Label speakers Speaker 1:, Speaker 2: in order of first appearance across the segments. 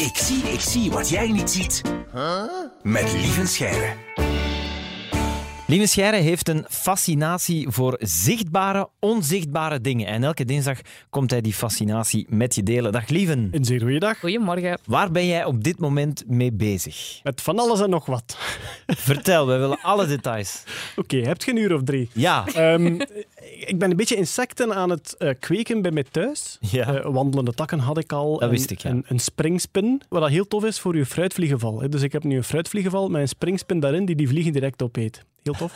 Speaker 1: Ik zie, ik zie wat jij niet ziet. Met Lieven Scheire.
Speaker 2: Lieve Scheire heeft een fascinatie voor zichtbare, onzichtbare dingen. En elke dinsdag komt hij die fascinatie met je delen. Dag Lieven,
Speaker 3: Een zeer goede dag.
Speaker 4: Goedemorgen.
Speaker 2: waar ben jij op dit moment mee bezig?
Speaker 3: Met van alles en nog wat.
Speaker 2: Vertel, wij willen alle details.
Speaker 3: Oké, heb je een uur of drie?
Speaker 2: Ja,
Speaker 3: Ehm, ik ben een beetje insecten aan het eh, kweken bij mij thuis.
Speaker 2: Ja.
Speaker 3: Eh, wandelende takken had ik al.
Speaker 2: Dat wist ik, ja.
Speaker 3: Een, een springspin, wat dat heel tof is voor je fruitvliegenval. hè. Dus ik heb nu een fruitvliegenval met een springspin daarin die die vliegen direct opeet. Heel tof.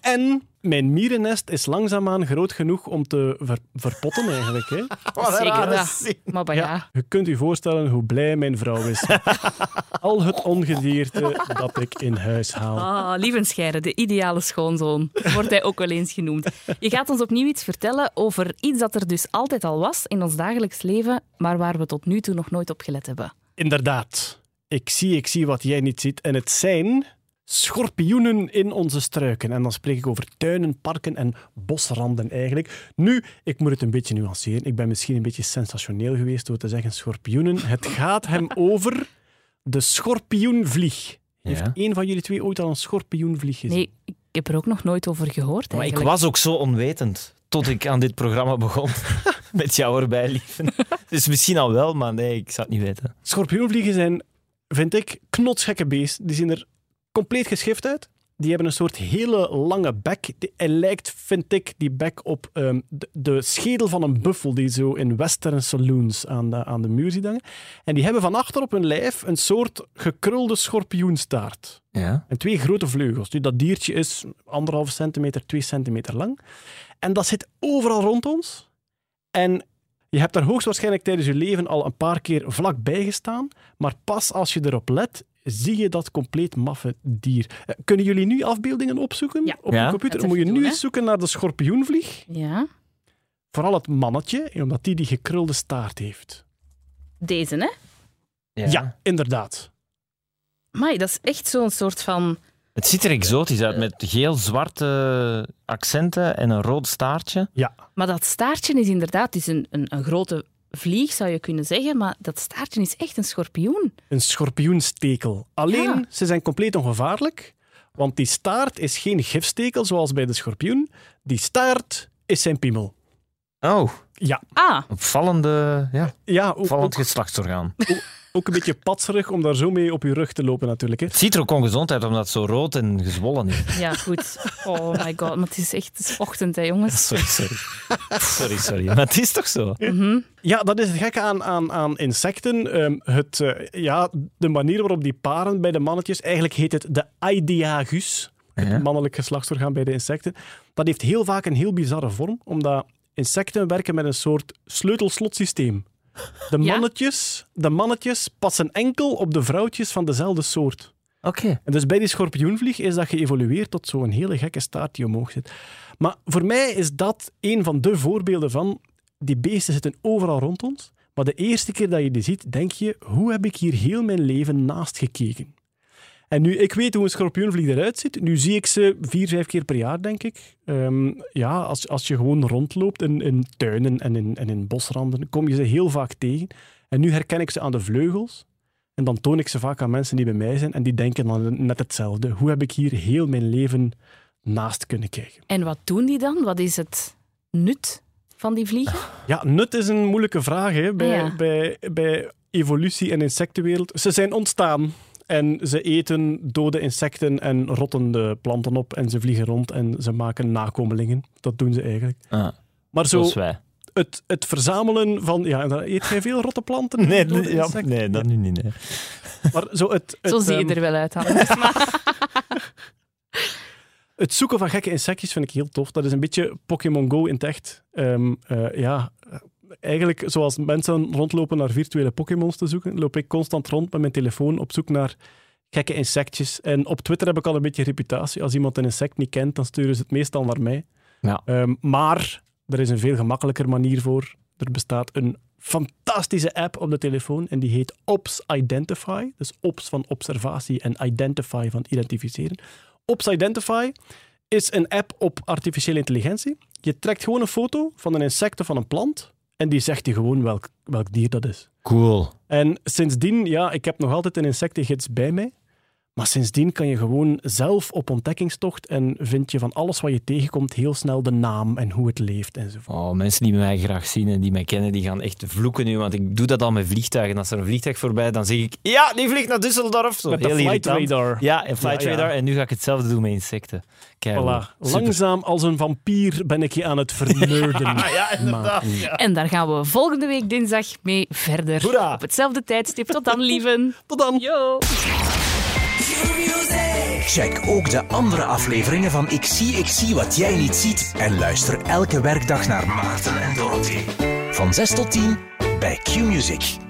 Speaker 3: en mijn mierennest is langzaamaan groot genoeg om te ver- verpotten eigenlijk. Hè.
Speaker 4: Zeker dat. Maar bijna. Ja.
Speaker 3: Je kunt u voorstellen hoe blij mijn vrouw is. Al het ongedierte dat ik in huis haal.
Speaker 4: Ah, Lievenscheire, de ideale schoonzoon. Wordt hij ook wel eens genoemd. Je gaat ons opnieuw iets vertellen over iets dat er dus altijd al was in ons dagelijks leven, maar waar we tot nu toe nog nooit op gelet hebben.
Speaker 3: Inderdaad. Ik zie, ik zie wat jij niet ziet. En het zijn schorpioenen in onze struiken. En dan spreek ik over tuinen, parken en bosranden eigenlijk. Nu, ik moet het een beetje nuanceren. Ik ben misschien een beetje sensationeel geweest door te zeggen schorpioenen. Het gaat hem over de schorpioenvlieg. Heeft
Speaker 2: Ja.
Speaker 3: één van jullie twee ooit al een schorpioenvlieg gezien?
Speaker 4: Nee, ik heb er ook nog nooit over gehoord
Speaker 2: maar ik
Speaker 4: eigenlijk.
Speaker 2: was ook zo onwetend tot ik aan dit programma begon. Met jou erbij, Lieven. Dus misschien al wel, maar nee, ik zou het niet weten.
Speaker 3: Schorpioenvliegen zijn, vind ik, knotsgekke beest. Die zien er compleet geschift uit. Die hebben een soort hele lange bek. Die, hij lijkt, vind ik, die bek op ehm, de, de schedel van een buffel die zo in western saloons aan de, aan de muur ziet hangen. En die hebben van achter op hun lijf een soort gekrulde schorpioenstaart.
Speaker 2: Ja.
Speaker 3: En twee grote vleugels. Nu, dat diertje is anderhalve centimeter, twee centimeter lang. En dat zit overal rond ons. En je hebt daar hoogstwaarschijnlijk tijdens je leven al een paar keer vlakbij gestaan. Maar pas als je erop let, zie je dat compleet maffe dier. Eh, Kunnen jullie nu afbeeldingen opzoeken
Speaker 4: Ja.
Speaker 3: op
Speaker 2: Ja.
Speaker 3: je
Speaker 4: Dat
Speaker 3: computer?
Speaker 4: even
Speaker 3: Moet je
Speaker 4: doen,
Speaker 3: nu
Speaker 4: hè?
Speaker 3: eens zoeken naar de schorpioenvlieg.
Speaker 4: Ja.
Speaker 3: Vooral het mannetje, omdat die die gekrulde staart heeft.
Speaker 4: Deze, hè?
Speaker 2: Ja.
Speaker 3: Ja, inderdaad.
Speaker 4: Maar dat is echt zo'n soort van...
Speaker 2: Het ziet er exotisch uit, met geel-zwarte accenten en een rood staartje.
Speaker 3: Ja.
Speaker 4: Maar dat staartje is inderdaad het is een, een, een grote vlieg, zou je kunnen zeggen, maar dat staartje is echt een schorpioen.
Speaker 3: Een schorpioenstekel. Alleen,
Speaker 4: Ja.
Speaker 3: ze zijn compleet ongevaarlijk, want die staart is geen gifstekel zoals bij de schorpioen. Die staart is zijn piemel.
Speaker 2: Oh,
Speaker 3: Ja,
Speaker 4: Ah,
Speaker 2: opvallende, ja,
Speaker 3: ja ook,
Speaker 2: opvallend
Speaker 3: ook,
Speaker 2: geslachtsorgaan.
Speaker 3: ook een beetje patserig om daar zo mee op je rug te lopen natuurlijk. Hè.
Speaker 2: Het ziet er ook ongezond uit, omdat het zo rood en gezwollen is.
Speaker 4: ja, goed. Oh my god, maar het is echt het is ochtend, hè, jongens.
Speaker 2: Sorry, sorry. Sorry, sorry. Maar het is toch zo?
Speaker 3: Ja, dat is het gekke aan, aan, aan insecten. Ehm, het, eh, ja, de manier waarop die paren bij de mannetjes, eigenlijk heet het de aideagus,
Speaker 2: Ja.
Speaker 3: het mannelijk geslachtsorgaan bij de insecten. Dat heeft heel vaak een heel bizarre vorm, omdat insecten werken met een soort sleutelslotsysteem. De
Speaker 4: Ja?
Speaker 3: mannetjes, de mannetjes passen enkel op de vrouwtjes van dezelfde soort.
Speaker 2: Oké.
Speaker 3: En dus bij die schorpioenvlieg is dat geëvolueerd tot zo'n hele gekke staart die omhoog zit. Maar voor mij is dat een van de voorbeelden van die beesten zitten overal rond ons. Maar de eerste keer dat je die ziet, denk je, hoe heb ik hier heel mijn leven naast gekeken? En nu, ik weet hoe een schorpioenvlieg eruit ziet. Nu zie ik ze vier, vijf keer per jaar, denk ik. Ehm, ja, als, als je gewoon rondloopt in, in tuinen en in, en in bosranden, kom je ze heel vaak tegen. En nu herken ik ze aan de vleugels. En dan toon ik ze vaak aan mensen die bij mij zijn en die denken dan net hetzelfde. Hoe heb ik hier heel mijn leven naast kunnen kijken?
Speaker 4: En wat doen die dan? Wat is het nut van die vliegen?
Speaker 3: Ja, nut is een moeilijke vraag hè, bij,
Speaker 4: Ja.
Speaker 3: bij, bij evolutie en insectenwereld. Ze zijn ontstaan en ze eten dode insecten en rottende planten op en ze vliegen rond en ze maken nakomelingen. Dat doen ze eigenlijk.
Speaker 2: Ah,
Speaker 3: Maar zo
Speaker 2: zoals wij.
Speaker 3: het, het verzamelen van... Ja, en dan eet jij veel rotte planten? dode insecten?
Speaker 2: nee, dat nu niet. Nee.
Speaker 3: Maar zo het... het
Speaker 4: Zo zie je
Speaker 3: ehm,
Speaker 4: er wel uit, Hannes.
Speaker 3: Het zoeken van gekke insectjes vind ik heel tof. Dat is een beetje Pokémon Go in het echt. Ehm, eh, ja, eh, eigenlijk zoals mensen rondlopen naar virtuele Pokémons te zoeken, loop ik constant rond met mijn telefoon op zoek naar gekke insectjes. En op Twitter heb ik al een beetje reputatie. Als iemand een insect niet kent, dan sturen ze het meestal naar mij.
Speaker 2: Ja.
Speaker 3: Ehm, maar er is een veel gemakkelijker manier voor. Er bestaat een fantastische app op de telefoon en die heet Ops Identify. Dus Ops van observatie en Identify van identificeren. Ops Identify is een app op artificiële intelligentie. Je trekt gewoon een foto van een insect of van een plant en die zegt je gewoon welk, welk dier dat is.
Speaker 2: Cool.
Speaker 3: En sindsdien, ja, ik heb nog altijd een insectengids bij mij. Maar sindsdien kan je gewoon zelf op ontdekkingstocht en vind je van alles wat je tegenkomt heel snel de naam en hoe het leeft enzovoort.
Speaker 2: Oh, mensen die mij graag zien en die mij kennen, die gaan echt vloeken nu. Want ik doe dat al met vliegtuigen. Als er een vliegtuig voorbij, dan zeg ik... Ja, die vliegt naar Düsseldorf. Zo,
Speaker 3: Met de
Speaker 2: heel
Speaker 3: flight
Speaker 2: irritant.
Speaker 3: radar.
Speaker 2: Ja, en flight
Speaker 3: Ja, ja.
Speaker 2: radar. En nu ga ik hetzelfde doen met insecten. Kijk,
Speaker 3: Voilà. Langzaam als een vampier ben ik je aan het verneurden.
Speaker 2: Ja, inderdaad. Ja.
Speaker 4: En daar gaan we volgende week dinsdag mee verder.
Speaker 2: Hoera.
Speaker 4: Op hetzelfde tijdstip. Tot dan, lieven.
Speaker 3: Tot dan!
Speaker 4: Yo.
Speaker 1: Check ook de andere afleveringen van Ik zie, ik zie wat jij niet ziet. En luister elke werkdag naar Maarten en Dorothy. Van 6 tot 10 bij Q-Music.